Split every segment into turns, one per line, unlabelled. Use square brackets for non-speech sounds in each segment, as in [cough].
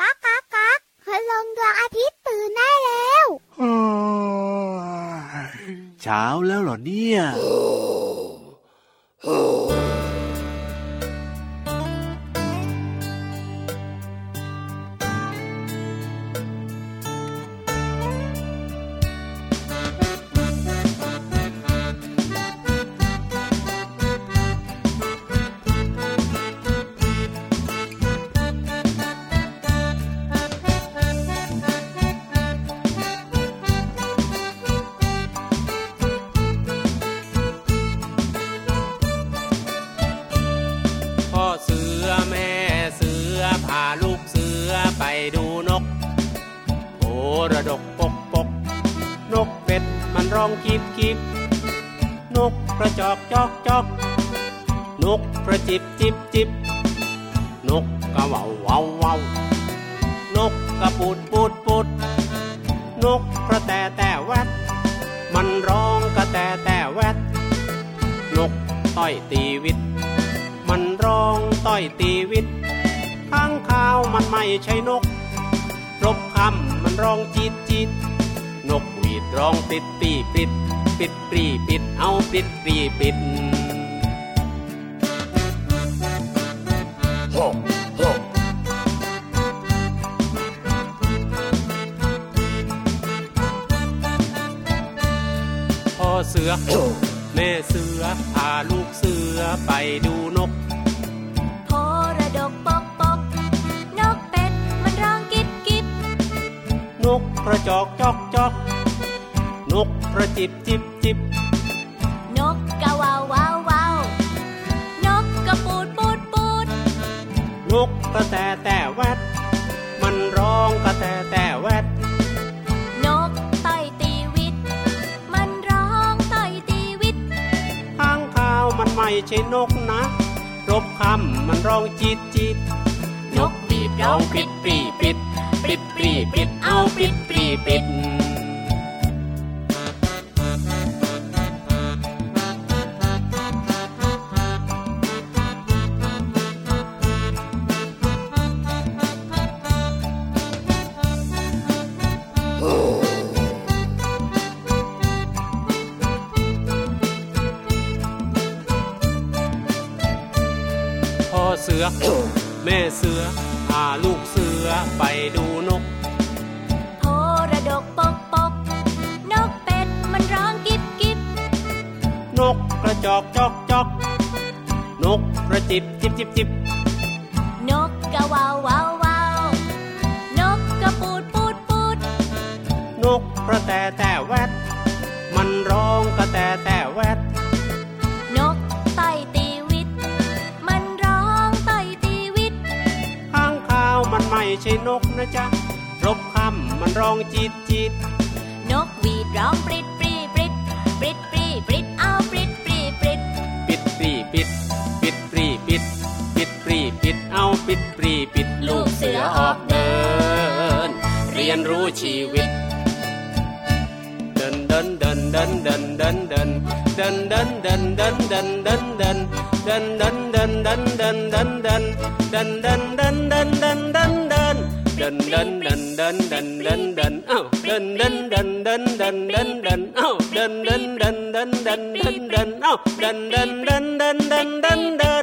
ก๊ากก๊ากก๊ากคืนลงดวงอาทิตย์ตื่นได้แล้ว
เช้าแล้วเหรอเนี่ย
พ่อเสือแม่เสือพาลูกเสือไปดูนกโอระดกปกปก นกเป็ดมันร้องคีบคีบนกกระจอกจอกจอกนกกระจิบจิบจิบนกกระเหว่าวเว่าวเว่านกกระปูดปูดปูดนกกระแตแต่แวดมันร้องกระแตแต่แวดนกต้อยตีวิต มันร้องต้อยตีวิตข้างข้าวมันไม่ใช่นกรบคำมันร้องจิตจิต นกหวีดร้องปิดปีปิด ปิดปรีปิดเอาปิดปรีปิด พ่อเสือ แม่เสือพาลูกเสือไปดูนก
โพระดกปกปก นกเป็ดมันร้องกิบกิบ
นกกระจอกจอกจอก นกกระจิบจิบจิบ
นกกะว่าววาววาว นกกระปูดปูดปูด
นกกระแตแต่แวด มันร้องกระแตแต่แวด
นกต่อยตีวิต มันร้องต่อยตีวิต
ข้างข้าวมันไม่ใช่นกนะ รบคำมันร้องจิตจิต นกปีบร้องปิดปรีปิด ปิดปรีปิดเอาปิดปรีปิด พ่อเสือ [coughs] แม่เสือพาลูกเสือไปดูนก
โพระดกปกปก นกเป็ดมันร้องกิบกิบ
นกกระจอกจอกจอก นกกระจิบจิบจิบจิบ
นกกะว่าววาววาว นกกระปูดปูดปูด
นกกระแตแต่แวด มันร้องกระแตแต่แวด
นกต่อยตีวิต มันร้องต่อยตีวิต
ข้างข้าวมันไม่ใช่นกนะจ๊ะ รบคำมันร้องจิตจิต
นกหวีดร้องปริดปรีปริดปริดปรีปริดเอาปริดปรีปริด
ปิดปรีปิด ปิดปรีปิด ปิดปรีปิดเอาปิดปรีปิดลูกเสือออกเดิน เรียนรู้ชีวิต เดินเดินเดินเดินเดินเดินเดินเดินเดินเดินเดินเดินเดินเดินเดินเดินเดินเดินเดินเดินเดินเดินเดินเดินเดินเดินเดินเดินเดินเดินเดินเดินเดินเดินเดินเอ้าเดินเดินเดินเดินเดินเดินเดินเอ้าเดินเดินเดินเดินเดินเดินเดินเอ้าเดินเดินเดินเดินเดินเดินเดิน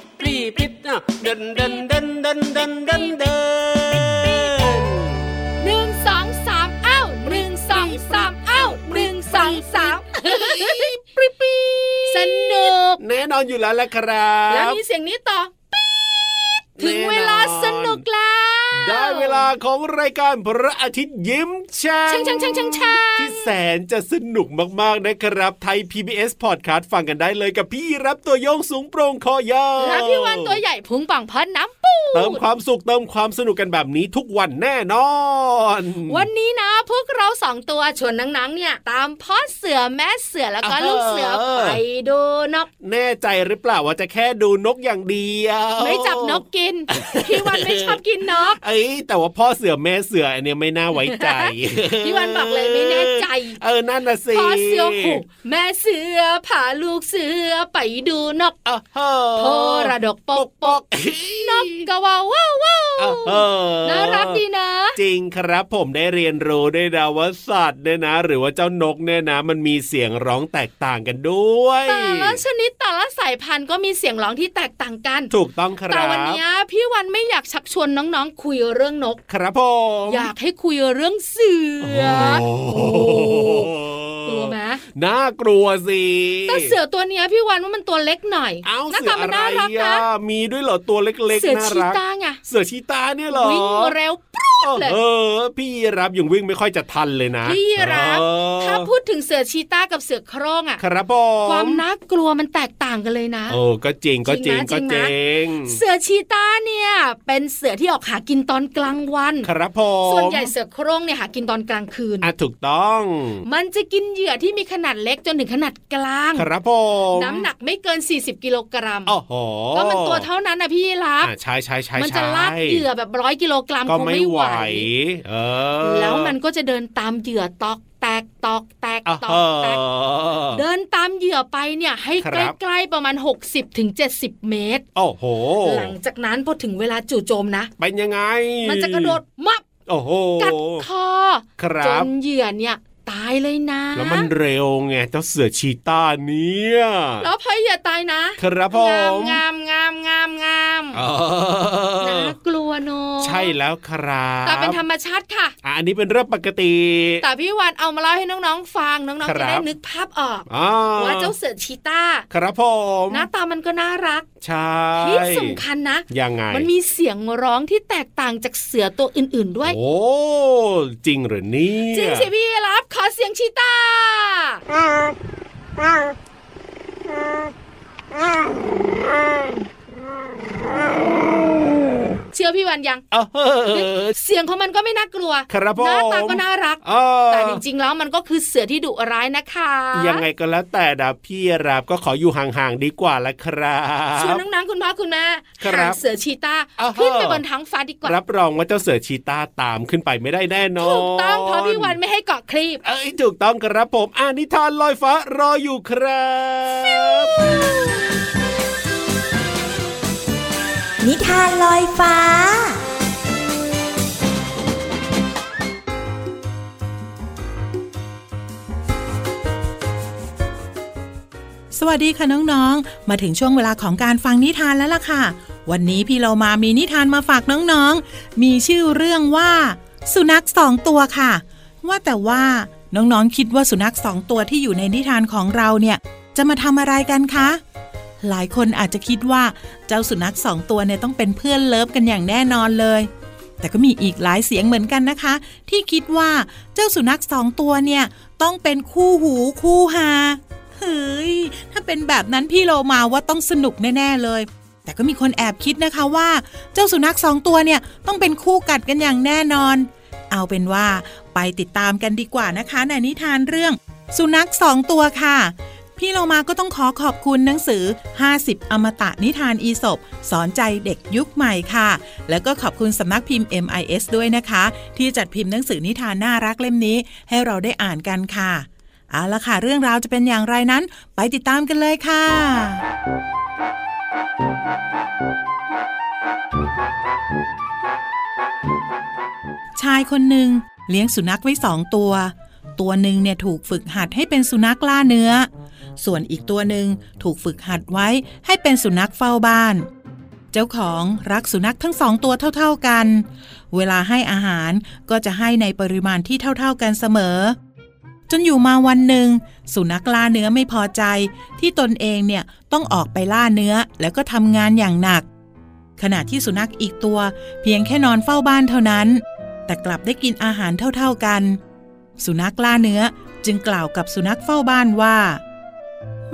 ดปรีปิดอ้าวดันดันดันดันดันดันดัน
หนึ่งสองสามเอ้าหนึ่งสองสามเอ้าหนึ่งสองสามปรีปีสนุก
แน่นอนอยู่แล้วละครั
แล้ว
บ
มีเสียงนี้ต่อปี๊ดถึงเวลา
แน่นอน
สนุกแล้ว
ได้เวลาของรายการพระอาทิตย์ยิ้มช่า
ช่าง งช่างช่างช่างช่าง
ที่แสนจะสนุกมากๆนะครับ ไทย PBS Podcast ฟังกันได้เลยกับพี่รับตัวโยงสูงโปร่งคอยาว
และพี่วันตัวใหญ่พุงป่องพอน้ำปู
เติมความสุขเติมความสนุกกันแบบนี้ทุกวันแน่นอน
วันนี้นะพวกเราสองตัวชวนนังๆ เนี่ย ตามพ่อเสือแม่เสือแล้วก็
อ่าฮะ
ลูกเสือไปดูนก
แน่ใจหรือเปล่าว่าจะแค่ดูนกอย่างเดียว
ไม่จับนกกิน พี่วันไม่ชอบกินนก
เอ้ยแต่ว่าพ่อเสือแม่เสืออันเนี้ยไม่น่าไว้
[laughs]
ใจ
พี่วันบอกเลยไม่แน่ใจ
เออนั่นน่ะสิ
พ่อเสือหูแม่เสือพาลูกเสือไปดูนก
อ้าวเฮ้อ
โพระดกปกปกนกกะว่าวว้าวว้าว
อ้าวเฮ้อ
น่ารักดีนะ
จริงครับผมได้เรียนรู้ด้วยนะว่าสัตว์เนี่ยนะ หรือว่าเจ้านกเนี่ยนะ มันมีเสียงร้องแตกต่างกันด้วย
แต่ละชนิดแต่ละสายพันธุ์ก็มีเสียงร้องที่แตกต่างกัน
ถูกต้องครับ
แต่วันเนี้ยพี่วันไม่อยากชักชวนน้องๆ คุยเรื่องนก
ครับผม
อยากให้คุยเรื่องเสือ
โอ้โห
กลัวไหม
น่ากลัวสิ
แต่เสือตัวเนี้ยพี่วันว่ามันตัวเล็กหน่อย
เอ้า
หน้า
เสือ
ตามั
อะ
น
ไร
น่ารัก
อ่ะ
นะ
มีด้วยเหรอตัวเล็ก
เสือ
ๆน่า
ชี
รัก
ตาไง
เสือชีตาเนี่ยเหรอ
วิ่งเร็วปรู๊ดเลย
เออ พี่รับยังวิ่งไม่ค่อยจะทันเลยนะ
พี่รับ
เออ
ถ้าพูดถึงเสือชีตากับเสือโคร่งอ่ะ
ครับผม
ความน่ากลัวมันแตกต่างกันเลยนะ
โอ้ก็จริงก็จริง
จริ
ก็
งนะ
จริง
เสือชีตาเนี่ยเป็นเสือที่ออกหากินตอนกลางวัน
ครับผม
ส่วนใหญ่เสือโคร่งเนี่ยหากินตอนกลางคืน
อ่ะถูกต้อง
มันจะกินเหยื่อที่มีขนาดเล็กจนถึงขนาดกลาง
ครับผม
น้ำหนักไม่เกิน 40 กิโลกรัม
โอ้โห
ก็มันตัวเท่านั้นนะพี่รับ
อ่ะใช่ใช่ใช่
มัจะลากเหยื่อแบบร้อยกิโลกรัม
ก็
คง
ไม่
ไม่
ไห
ไห
ว
ว
เออ
แล้วมันก็จะเดินตามเหยื่อตอกแตกตอกแตก
อ่ะ
ตอ
เอก
แตก
อ
เดินตามเหยื่อไปเนี่ยให้
ครับ
ใกล้ๆประมาณ 60-70ถึง70 เมตร
โอ้โห
หลังจากนั้นพอถึงเวลาจู่โจมนะ
เป็นยังไง
มันจะกระโดดมับ
โอ้โห
กัดคอ
ค
จ
รับ
นเหยื่อเนี่ยตายเลยนะ
แล้วมันเร็วไงเจ้าเสือชีต้าเนี่ย
แล้วพอเหยื่อตายนะ
ครับผ
งาม
ม
งามงามงามงาม
เออ
น่ากลัวเนอะ
ใช่แล้วครับ
แต่เป็นธรรมชาติค่ะ
อ่ะอันนี้เป็นเรื่องปกติ
แต่พี่วานเอามาเล่าให้น้องๆฟังน้อง
ครั
ๆ
บ
จะได้นึกภาพออก
อ่
ว่าเจ้าเสือชีตา
ครับผม
หน้าตามันก็น่ารัก
ใช่
ที่สำคัญนะ
ยังไง
มันมีเสียงร้องที่แตกต่างจากเสือตัวอื่นๆด้วย
โอ้จริงเหรือเนี่ย
จริงสิพี่รับขอเสียงชีตาเชื่อพี่วันยัง
เออ
เสียงของมันก็ไม่น่ากลัว
ครับผม
หน้าตาก็น่ารัก
เออ
แต่จริงๆ แล้วมันก็คือเสือที่ดุร้ายนะคะ
ยังไงก็แล้วแต่นะพี่รับก็ขออยู่ห่างๆดีกว่าละครับ
ชวนน้องๆคุณพ่อคุณแม่
ครับ
หาเสือชีตา
อ่าฮะ
ขึ้นไปบนท้องฟ้าดีกว่า
รับรองว่าเจ้าเสือชีต้าตามขึ้นไปไม่ได้แน่นอน
ถูกต้องเพราะพี่วันไม่ให้เกาะคลีป
เอ้ยถูกต้องครับผมอ่านิทานลอยฟ้ารออยู่ครับ
นิทานลอยฟ้า
สวัสดีค่ะน้องๆ มาถึงช่วงเวลาของการฟังนิทานแล้วล่ะค่ะ วันนี้พี่เรามามีนิทานมาฝากน้องๆ มีชื่อเรื่องว่า สุนัขสองตัวค่ะ ว่าแต่ว่าน้องๆ คิดว่าสุนัขสองตัวที่อยู่ในนิทานของเราเนี่ย จะมาทำอะไรกันคะ หลายคนอาจจะคิดว่าเจ้าสุนัขสองตัวเนี่ยต้องเป็นเพื่อนเลิฟกันอย่างแน่นอนเลย แต่ก็มีอีกหลายเสียงเหมือนกันนะคะ ที่คิดว่าเจ้าสุนัขสองตัวเนี่ยต้องเป็นคู่หูคู่หา เฮ้ย ถ้าเป็นแบบนั้นพี่โลมาว่าต้องสนุกแน่ ๆ เลย แต่ก็มีคนแอบคิดนะคะว่า เจ้าสุนัขสองตัวเนี่ยต้องเป็นคู่กัดกันอย่างแน่นอน เอาเป็นว่าไปติดตามกันดีกว่านะคะ ในนิทานเรื่อง สุนัขสองตัวค่ะ พี่โลมาก็ต้องขอขอบคุณหนังสือ 50 อมตะนิทานอีสบสอนใจเด็กยุคใหม่ค่ะ แล้วก็ขอบคุณสำนักพิมพ์ MIS ด้วยนะคะ ที่จัดพิมพ์หนังสือนิทานน่ารักเล่มนี้ ให้เราได้อ่านกันค่ะ เอาละค่ะ เรื่องราวจะเป็นอย่างไรนั้น ไปติดตามกันเลยค่ะ ชายคนหนึ่งเลี้ยงสุนัขไว้สองตัว ตัวหนึ่งเนี่ยถูกฝึกหัดให้เป็นสุนัขล่าเนื้อ ส่วนอีกตัวหนึ่งถูกฝึกหัดไว้ให้เป็นสุนัขเฝ้าบ้าน เจ้าของรักสุนัขทั้งสองตัวเท่าๆกัน เวลาให้อาหารก็จะให้ในปริมาณที่เท่าๆกันเสมอ จนอยู่มาวันหนึ่ง สุนัขล่าเนื้อไม่พอใจ ที่ตนเองเนี่ยต้องออกไปล่าเนื้อแล้วก็ทำงานอย่างหนัก ขณะที่สุนัขอีกตัว เพียงแค่นอนเฝ้าบ้านเท่านั้น แต่กลับได้กินอาหารเท่าๆกัน สุนัขล่าเนื้อจึงกล่าวกับสุนัขเฝ้าบ้านว่า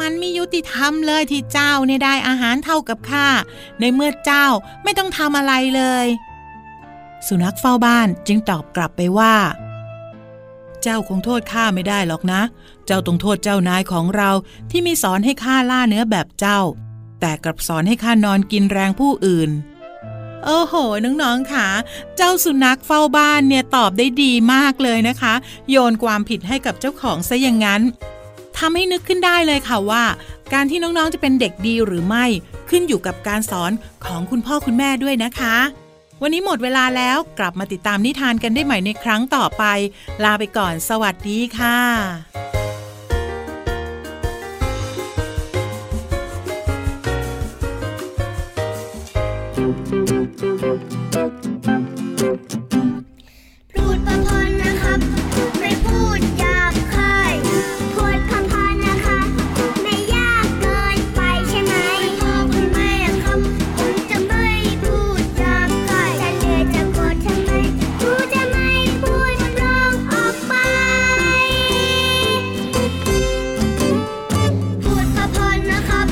มันไม่ยุติธรรมเลยที่เจ้าเนี่ยได้อาหารเท่ากับข้าในเมื่อเจ้าไม่ต้องทำอะไรเลย สุนัขเฝ้าบ้านจึงตอบกลับไปว่า เจ้าคงโทษข้าไม่ได้หรอกนะ เจ้าต้องโทษเจ้านายของเราที่ไม่สอนให้ข้าล่าเนื้อแบบเจ้า แต่กลับสอนให้ข้านอนกินแรงผู้อื่น โอ้โห น้องๆค่ะ เจ้าสุนัขเฝ้าบ้านเนี่ยตอบได้ดีมากเลยนะคะ โยนความผิดให้กับเจ้าของซะอย่างนั้นทำให้นึกขึ้นได้เลยค่ะว่า การที่น้องๆจะเป็นเด็กดีหรือไม่ ขึ้นอยู่กับการสอนของคุณพ่อคุณแม่ด้วยนะคะ วันนี้หมดเวลาแล้วกลับมาติดตามนิทานกันได้ใหม่ในครั้งต่อไป ลาไปก่อน สวัสดีค่ะ
พูดประทนนะครับ ไม่พูดหยาบคายพูดคำพอนนะคะ ไม่ยากเกินไปใช่ไหมพ่อคุณแม่ครับผมจะไม่พูดหยาบคายจะเหนื่อยจะโกรธทำไมกูจะไม่พูดร้องออกไป พูดพอพอนะครับ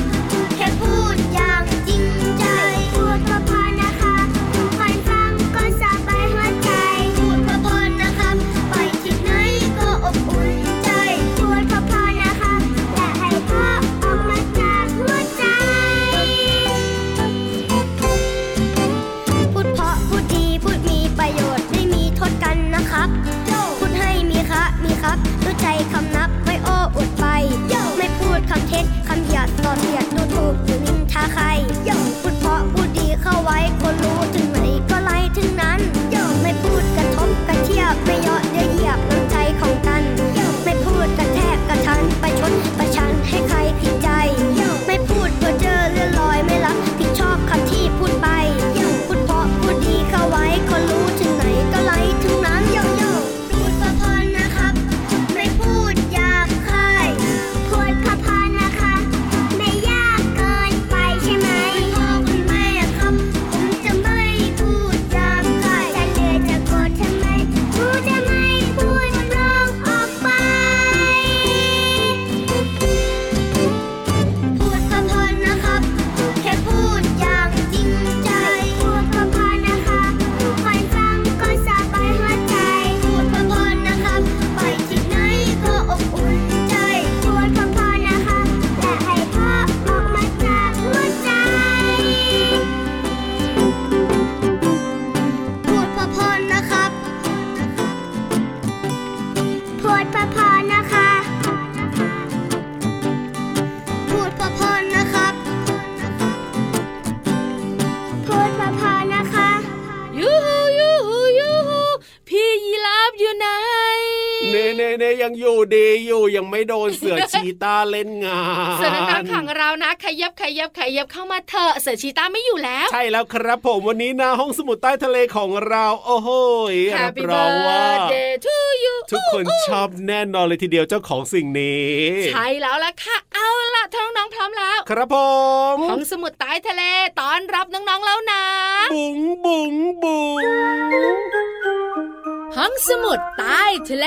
แค่พูดอย่างจริงใจ พูดพอพอนะคะคนฟังก็สบายหัวใจ พูดพอพอนะครับ ไปที่ไหนก็อบอุ่นใจ พูดพอพอนะคะและให้พ่อออกมาจากหัวใจ พูดเพราะพูดดีพูดมีประโยชน์ไม่มีโทษกันนะครับพูดให้มีคะมีครับรู้ใจคำนับไม่โอ้อวดไป ไม่พูดคำเท็จคำหยาดต่อเสียดดูถูกหรือนินทาใครพูดเพราะพูดดีเข้าไว้คนรู้ถึงไหนก็ไล่ถึงนั้นไม่พูดกระทบกระเทียบไม่เหยาะเย้ยเหยียบน้ำใจของกันไม่พูดกระแทกกระทันประชดประชันให้ใครผิดใจ ไม่พูดเพ้อเจ้อเลื่อนลอยไม่รับผิดชอบคำที่พูดไป พูดเพราะพูดดีเข้าไว้คนรู้ถึงไหนก็ไหลถึงนั้นโยโย่พูดเพราะพอนะครับ ไม่พูดหยาบคายพูดเพราะพอนะคะ ไม่ยากเกินไปใช่ไหมพ่อคุณแม่ครับผมจะไม่พูดหยาบคายจะเหนื่อยจะโกรธทำไมกูจะไม่พูดร้องออกไป พูดพอๆนะครับ แค่พูดอย่างจริงใจ พูดพอๆนะคะคนฟังก็สบายหัวใจ พูดพอๆนะครับ ไปที่ไหนก็อบอุ่นใจ พูดพอๆนะคะ และให้พ่อออกมาจากหัวใจ พูดพอๆนะครับ พูดพอๆนะคะ พูดพอพอนะครับ พูดพอพอนะคะ
ยูฮูยูฮูยูฮูพี่ยีราฟอยู่ไหน
เน่เน่เน่ยังอยู่ดีอยู่ยังไม่โดนเสือ ชีตาเล่นงาน
เสือน้ำขังเรานะ ขยับขยับขยับเข้ามาเถอะเสือชีตาไม่อยู่แล้ว
ใช่แล้วครับผมวันนี้นะห้องสมุดใต้ทะเลของเรา โอ้โหยรับ
Happy
รองว่า
birthday to you
ทุกคนชอบแน่นอนเลยทีเดียวเจ้าของสิ่งนี้
ใช่แล้วล่ะค่ะ เอาล่ะท้องน้องๆพร้อมแล้ว
ครับผม
ของสมุดใต้ทะเลตอนรับน้องๆแล้วนะ
บุ๋งบุ๋งบุ๋ง
ห้องสมุดใต้ทะเล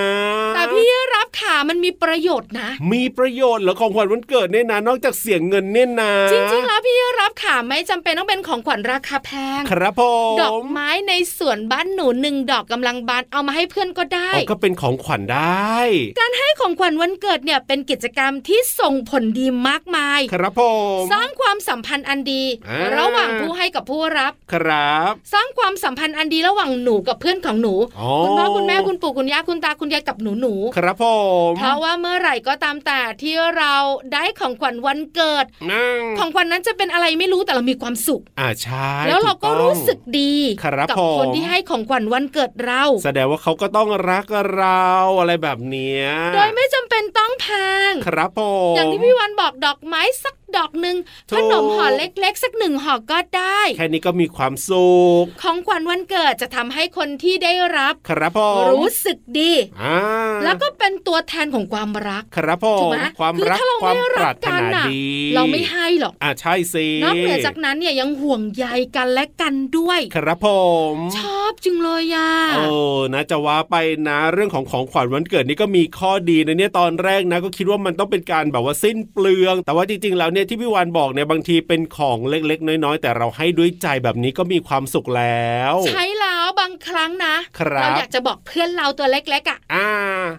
ะ
แต่พี่รับขามันมีประโยชน์นะ
มีประโยชน์เหรอของขวัญวันเกิดเนี่ยนะนอกจากเสียงเงินเนี่ยนะ
จริงๆแล้วพี่รับขาไม่จำเป็นต้องเป็นของขวัญราคาแพง
ครับผม
ดอกไม้ในสวนบ้านหนูหนึ่งดอกกำลังบานเอามาให้เพื่อนก็ได้
อ๋อก็เป็นของขวัญได้
การให้ของขวัญวันเกิดเนี่ยเป็นกิจกรรมที่ส่งผลดีมากมาย
ครับผม
สร้างความสัมพันธ์อันดี
อ่า
ระหว่างผู้ให้กับผู้รับ
ครับ
สร้างความสัมพันธ์อันดีระหว่างหนูกับเพื่อนของหนู
อ๋อ
คุณพ่อคุณแม่คุณปู่คุณย่าคุณตาคุณยายกับหนูหนูๆ
ครับผม
เพราะว่าเมื่อไหร่ก็ตามแต่ที่เราได้ของขวัญวันเกิด
นั่ง
ของขวัญนั้นจะเป็นอะไรไม่รู้แต่เรามีความสุข
อ่าใช่
แล้วเราก็
ถูต้อง
รู้สึกดี
ครับ
กั
ผม
คนที่ให้ของขวัญวันเกิดเรา
แสดงว่าเขาก็ต้องรักเราอะไรแบบเนี้ย
โดยไม่จำเป็นต้องแพง
ครับผม
อย่างที่พี่วันบอกดอกไม้สักดอกหนึ่ง
ถู
ข
ก
นมห่อเล็กๆ สักหนึ่งห่อก็ได้
แค่นี้ก็มีความสุข
ของขวัญวันเกิดจะทำให้คนที่ได้รับ
ครับผม
รู้สึกดี
อ่า
แล้วก็เป็นตัวแทนของความรัก
ครับผ
ถูก
ม
ไหม
ความ
คือ
รัก
ถ้าเรา
ความ
ไม่
ป
รั
ราก รถ
กัน
นา
น่ะ
ดี
เราไม่ให้หรอก
อ่าใช่สิ
นอกเหนือจากนั้นเนี่ยยังห่วงใยกันและกันด้วย
ครับผม
ชอบจึงเลยอ่ะ
เออนะจะว่าไปนะเรื่องของของขวัญวันเกิดนี่ก็มีข้อดีนะเนี่ยตอนแรกนะก็คิดว่ามันต้องเป็นการแบบว่าสิ้นเปลือง แต่ว่าจริงๆแล้วเนี่ยที่พี่วานบอกเนี่ยบางทีเป็นของเล็กๆ น้อยๆ แต่เราให้ด้วยใจแบบนี้ก็มีความสุขแล้ว
ใช้แล้วบางครั้งนะครับ เราอยากจะบอกเพื่อนเราตัวเล็กๆอ่ะ
อ่า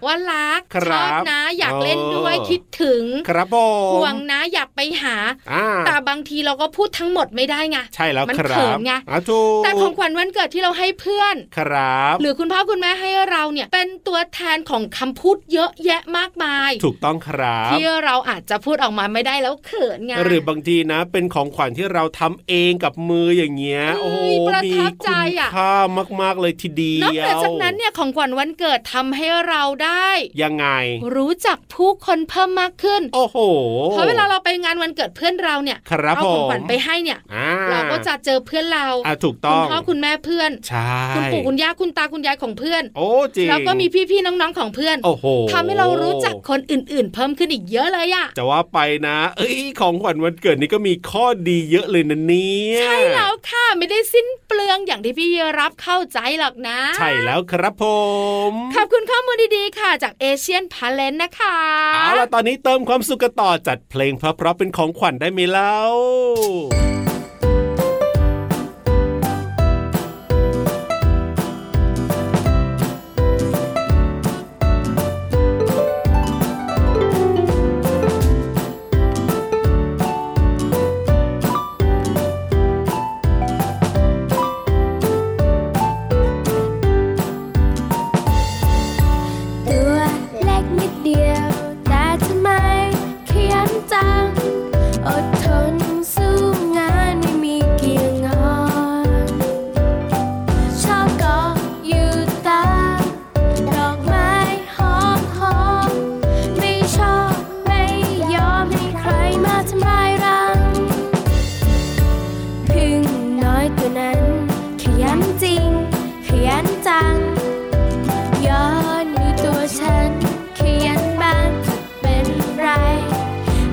ว่ารัก
ครั
ช
บ
อบนะ อยาก
โอ้
เล่นด้วยคิดถึง
ครับผม
ห่วงนะอยากไปหา
อ่า
แต่บางทีเราก็พูดทั้งหมดไม่ได้ไง
ใช่แล้ว
มัน
ครั
เขิ
บ
นไง
อ่ะถูก
แต่ของขวัญวันเกิดที่เราให้เพื่อน
ครับ
หรือคุณพ่อคุณแม่ให้เราเนี่ย เป็นตัวแทนของคำพูดเยอะแยะมากมาย
ถูกต้องครับ
ที่เราอาจจะพูดออกมาไม่ได้แล้วเขินไง
หรือบางทีนะ เป็นของขวัญที่เราทำเองกับมืออย่างเงี้ย
เอ้ย
โอ้โห
ประ
มี
ทับใจ
คุณ
อะ
ค่ามาก ๆ เลยทีเดียวน
อกเหนือจากนั้นเนี่ยของขวัญวันเกิดทำให้เราได้
ยังไง
รู้จักผู้คนเพิ่มมากขึ้น
โอ้โห
เพราะเวลาเราไปงานวันเกิดเพื่อนเราเนี่ย
ครับ
เอา
ผ
ของ
ม
ขวัญไปให้เนี่ย
อ่
เราก็จะเจอเพื่อนเรา
อ่ะถูก
คุ
ต้
ณ
อง
พ่อคุณแม่เพื่อน
ใช่
คุณปู่คุณย่าคุณตาคุณยายของเพื่อน
โอ้จริง
แล้วก็มีพี่ๆน้องๆของเพื่อน
โอ้โห
ทำให้เรารู้จักคนอื่นๆ เพิ่มขึ้นอีกเยอะเลยอะ
จะว่าไปนะ เอ้ย ของขวัญวันเกิดนี่ก็มีข้อดีเยอะเลยนะเนี่ย
ใช่แล้วค่ะไม่ได้สิ้นเปลืองอย่างที่พี่รับเข้าใจหรอกนะ
ใช่แล้วครับผม
ขอบคุณข้อมูลดีๆค่ะ จากเอเชียนพาเลนนะคะ
เอาล่ะตอนนี้เติมความสุขกันต่อจัดเพลงเพราะๆเป็นของขวัญได้ไหมเล่า
ตัวเล็กนิดเดียว แต่ทำไมขยันจัง อดทนสู้งานไม่มีเกี่ยงงอนชอบเกาะอยู่ตามดอกไม้หอมหอมไม่ชอบไม่ยอมให้ใครมาทำลายรัง พึ่งน้อยตัวนั้น ขยันจริง ขยันจัง ย้อนดูตัวฉัน ขยันบ้างจะเป็นไร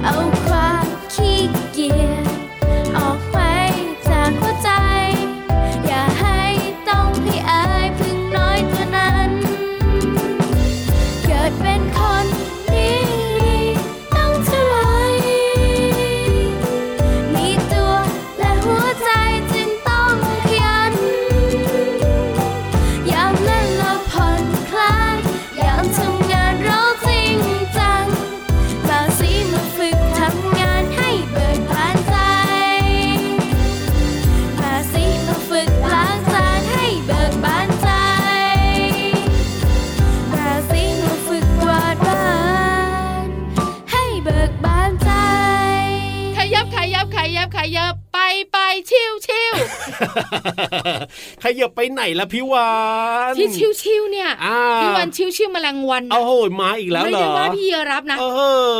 เอาความขี้เกียจออกไว้จากหัวใจ อย่าให้ต้องให้อายพึ่งน้อยตัวนั้น เกิดเป็นคนดีๆต้องเท่าไหรมีตัวและหัวใจจึงต้องขยัน ยามเล่นละผ่อนคลาย ยามทำงานเราจริงจัง บางสีมาฝึกทำงานให้เบิดบานใจ ภาษีมาฝึกล้างจานให้เบิกบานใจ ภาษีมาฝึกกวาดบ้านให้เบิกบานใจ
ขยับขยับขยับขยับไปไปชิวชิว
[laughs] ขยับไปไหนล่ะพี่วาน
ที่ชิวชิวๆเนี่ย
อ่า
พี่วันชิวชิวๆแมลงวันนะ
โอ้โหมาอีกแล้ว
ไม่
เหร
ได้
อ
ว่าพี่รับนะ
เอ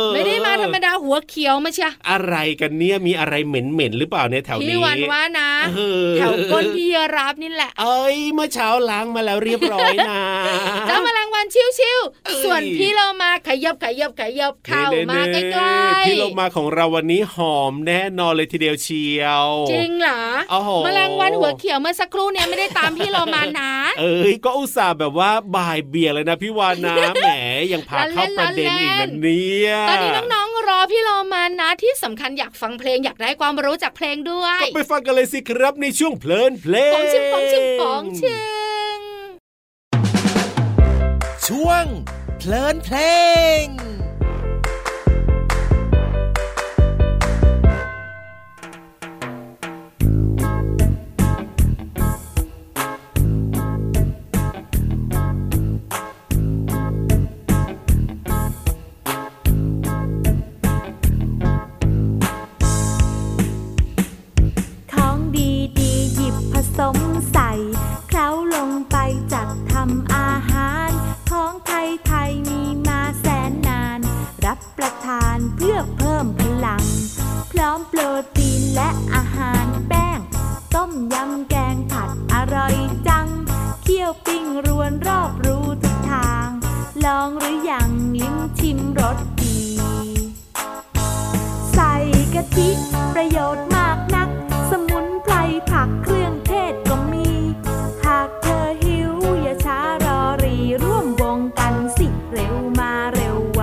อ
ไม่ได้มาธรรมดาหัวเขียวมาเชีย
อะไรกันเนี่ยมีอะไรเหม็นๆหรือเปล่าเนี่ยแถวนี้
พี่วันว่านะ
เออ
แถวก้นพี่ยีรับนี่แหละ
เอ้ยเมื่อเช้าล้างมาแล้วเรียบร้อยนะ
เจ้าแมลงวันชิว
เอ้ย
ๆส่วนพี่เรามาขยับขยับขยับเข้ามาใกล้
ๆ
ๆ
พี่โลมาของเราวันนี้หอมแน่นอนเลยทีเดียวเชียว
จริงเหรอ
โอ้โห
[laughs] แมลงวันหัวเขียวเมื่อสักครู่เนี่ยไม่ได้ตามพี่เรามานะ
เอ้ยก็อุตส่าห์แบบว่าบ่ายเบียงเลยนะพี่วานนะ แหมยังพาเข้าประเด็นอีกนะเนี่ย
ตอนนี้น้องๆรอพี่เรามานะที่สำคัญอยากฟังเพลงอยากได้ความรู้จากเพลงด้วย
ก็ไปฟังกันเลยสิครับในช่วงเพลินเพลง
ปองชึงปองชึงปองชึง
ช่วง เพลินเพลง
ของดีดีๆหยิบผสมใส่ เคล้าลงไปจัดทำอาหาร ของไทยไทยมีมาแสนนาน รับประทานเพื่อเพิ่มพลัง พร้อมโปรตีนและอาหารแป้ง ต้มยำแกงผัดอร่อยจัง เคี่ยวปิ้งรวนรอบรู้ทุกทาง ลองหรือยังลิ้มชิมรสดี ใส่กะทิประโยชน์มากนัก สมุนไพรผักเครื่องเทศก็มี หากเธอหิว อย่าช้ารอรีร่วมวงกันสิ เร็วมาเร็วไว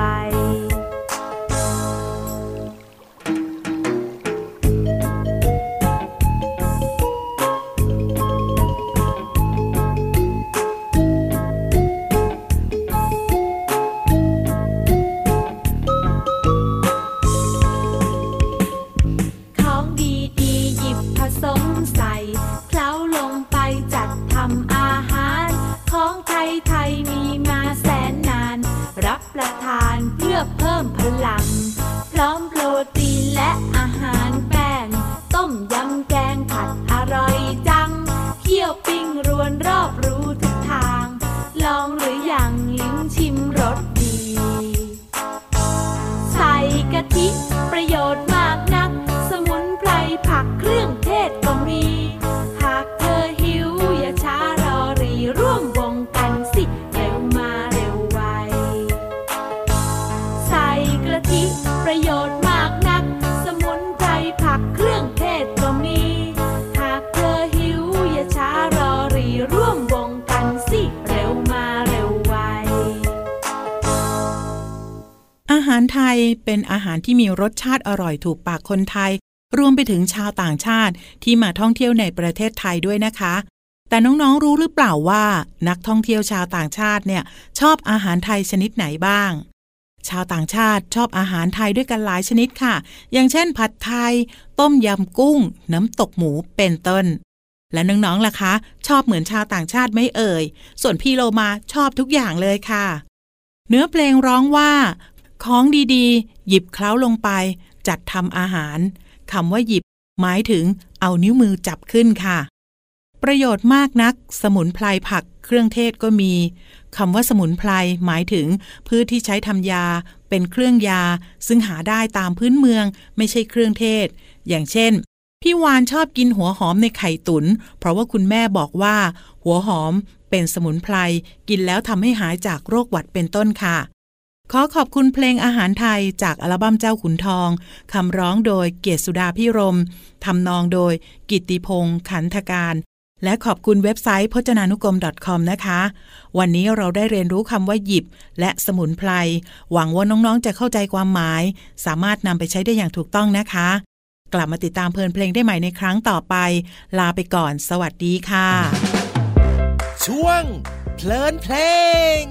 ของดีดีๆหยิบผสมใส่ เคล้าลงไปจัดทำอาหาร ของไทยไทยมีมาแสนนาน รับประทานเพื่อเพิ่มพลัง พร้อมโปรตีนและอาหารแป้ง ต้มยำแกงผัดอร่อยจัง เคี่ยวปิ้งรวนรอบรู้ทุกทาง ลองหรืออยังลิ้มชิมรสดี ใส่กะทิประโยชน์มากนัก สมุนไพรผักเครื่องเทศก็มี หากเธอหิว อย่าช้ารอรีร่วมวงกันสิ เร็วมาเร็วไว ใส่กะทิประโยชน์มากนัก สมุนไพรผักเครื่องเทศก็มี หากเธอหิว อย่าช้ารอรีร่วมวงกันสิ เร็วมาเร็วไว
อาหารไทยเป็นอาหารที่มีรสชาติอร่อยถูกปากคนไทย รวมไปถึงชาวต่างชาติที่มาท่องเที่ยวในประเทศไทยด้วยนะคะ แต่น้องๆรู้หรือเปล่าว่า นักท่องเที่ยวชาวต่างชาติเนี่ยชอบอาหารไทยชนิดไหนบ้าง ชาวต่างชาติชอบอาหารไทยด้วยกันหลายชนิดค่ะ อย่างเช่น ผัดไทย ต้มยำกุ้ง น้ำตกหมูเป็นต้น และน้องๆล่ะคะ ชอบเหมือนชาวต่างชาติไหม่เอ่ย ส่วนพี่โลมาชอบทุกอย่างเลยค่ะ เนื้อเพลงร้องว่า ของดีๆ หยิบเคล้าลงไป จัดทำอาหารคำว่าหยิบ หมายถึงเอานิ้วมือจับขึ้นค่ะ ประโยชน์มากนัก สมุนไพรผักเครื่องเทศก็มีคำว่าสมุนไพรหมายถึง พืชที่ใช้ทำยา เป็นเครื่องยา ซึ่งหาได้ตามพื้นเมือง ไม่ใช่เครื่องเทศ อย่างเช่น พี่วานชอบกินหัวหอมในไข่ตุน๋นเพราะว่าคุณแม่บอกว่า หัวหอมเป็นสมุนไพรกินแล้วทำให้หายจากโรคหวัดเป็นต้นค่ะ ขอขอบคุณเพลงอาหารไทยจากอัลบั้มเจ้าขุนทองคำร้องโดยเกียรติสุดาพิรมทำนองโดยกิตติพงษ์ขันธการ และขอบคุณเว็บไซต์พจนานุกรม .com นะคะ วันนี้เราได้เรียนรู้คำว่าหยิบ และสมุนไพรหวังว่าน้องๆจะเข้าใจความหมาย สามารถนำไปใช้ได้อย่างถูกต้องนะคะ กลับมาติดตามเพลินเพลงได้ใหม่ในครั้งต่อไป ลาไปก่อน สวัสดีค่ะ
ช่วง เพลินเพลง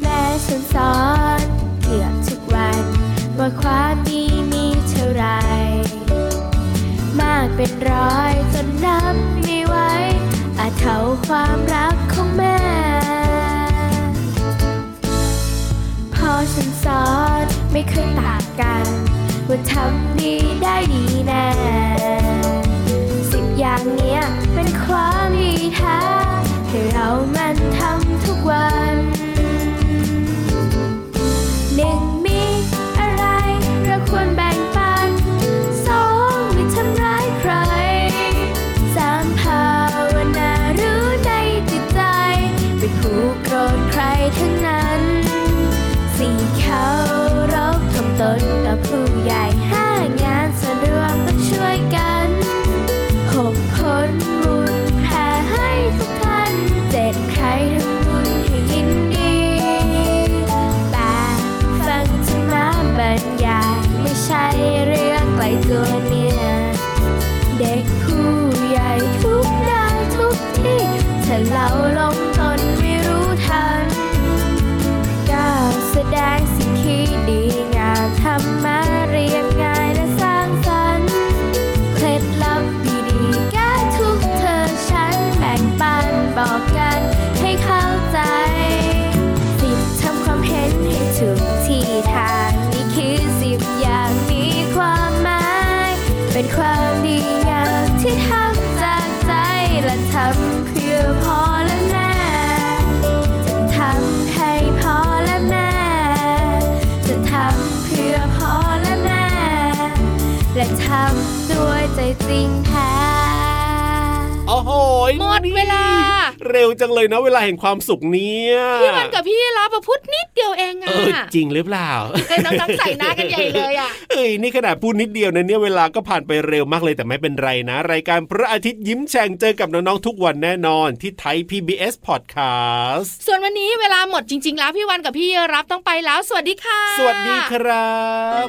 แม่ฉันสอนเกือบทุกวัน ว่าความดีมีเท่าไหรมากเป็นร้อยจนนับไม่ไหวอาจเท่าความรักของแม่ พอฉันสอนไม่เคยต่างกัน ว่าทำดีได้ดีแน่ สิบอย่างเนี้ยเป็นความดีแท้ให้เรามันทำทุกวัน หนึ่งมีอะไรเราควรแบ่งปันสองไม่ทำร้ายใครสามพ ที่ทำจากใจและทำเพื่อพ่อและแม่จะทำให้พ่อและแม่ จะทำเพื่อพ่อและแม่ และทำด้วยใจจริงแท้
โอ้โห
หมดเวลา
เร็วจังเลยนะเวลาแห่งความสุขเนี่ย
พี่วันกับพี่รับมาพูดนิดเดียวเอง
เอ
อะ
อจริงหรือเปล่า
แต่น้องๆใส่หน้ากันใหญ่เลยอะ
เอ้ยนี่ขนาดพูดนิดเดียวนะเนี่ยเวลาก็ผ่านไปเร็วมากเลยแต่ไม่เป็นไรนะ รายการพระอาทิตย์ยิ้มแฉ่งเจอกับน้องๆทุกวันแน่นอนที่ไทย PBS Podcast
ส่วนวันนี้เวลาหมดจริง ๆ แล้วพี่วันกับพี่รับต้องไปแล้ว สวัสดีค่ะ
สวัสดีครับ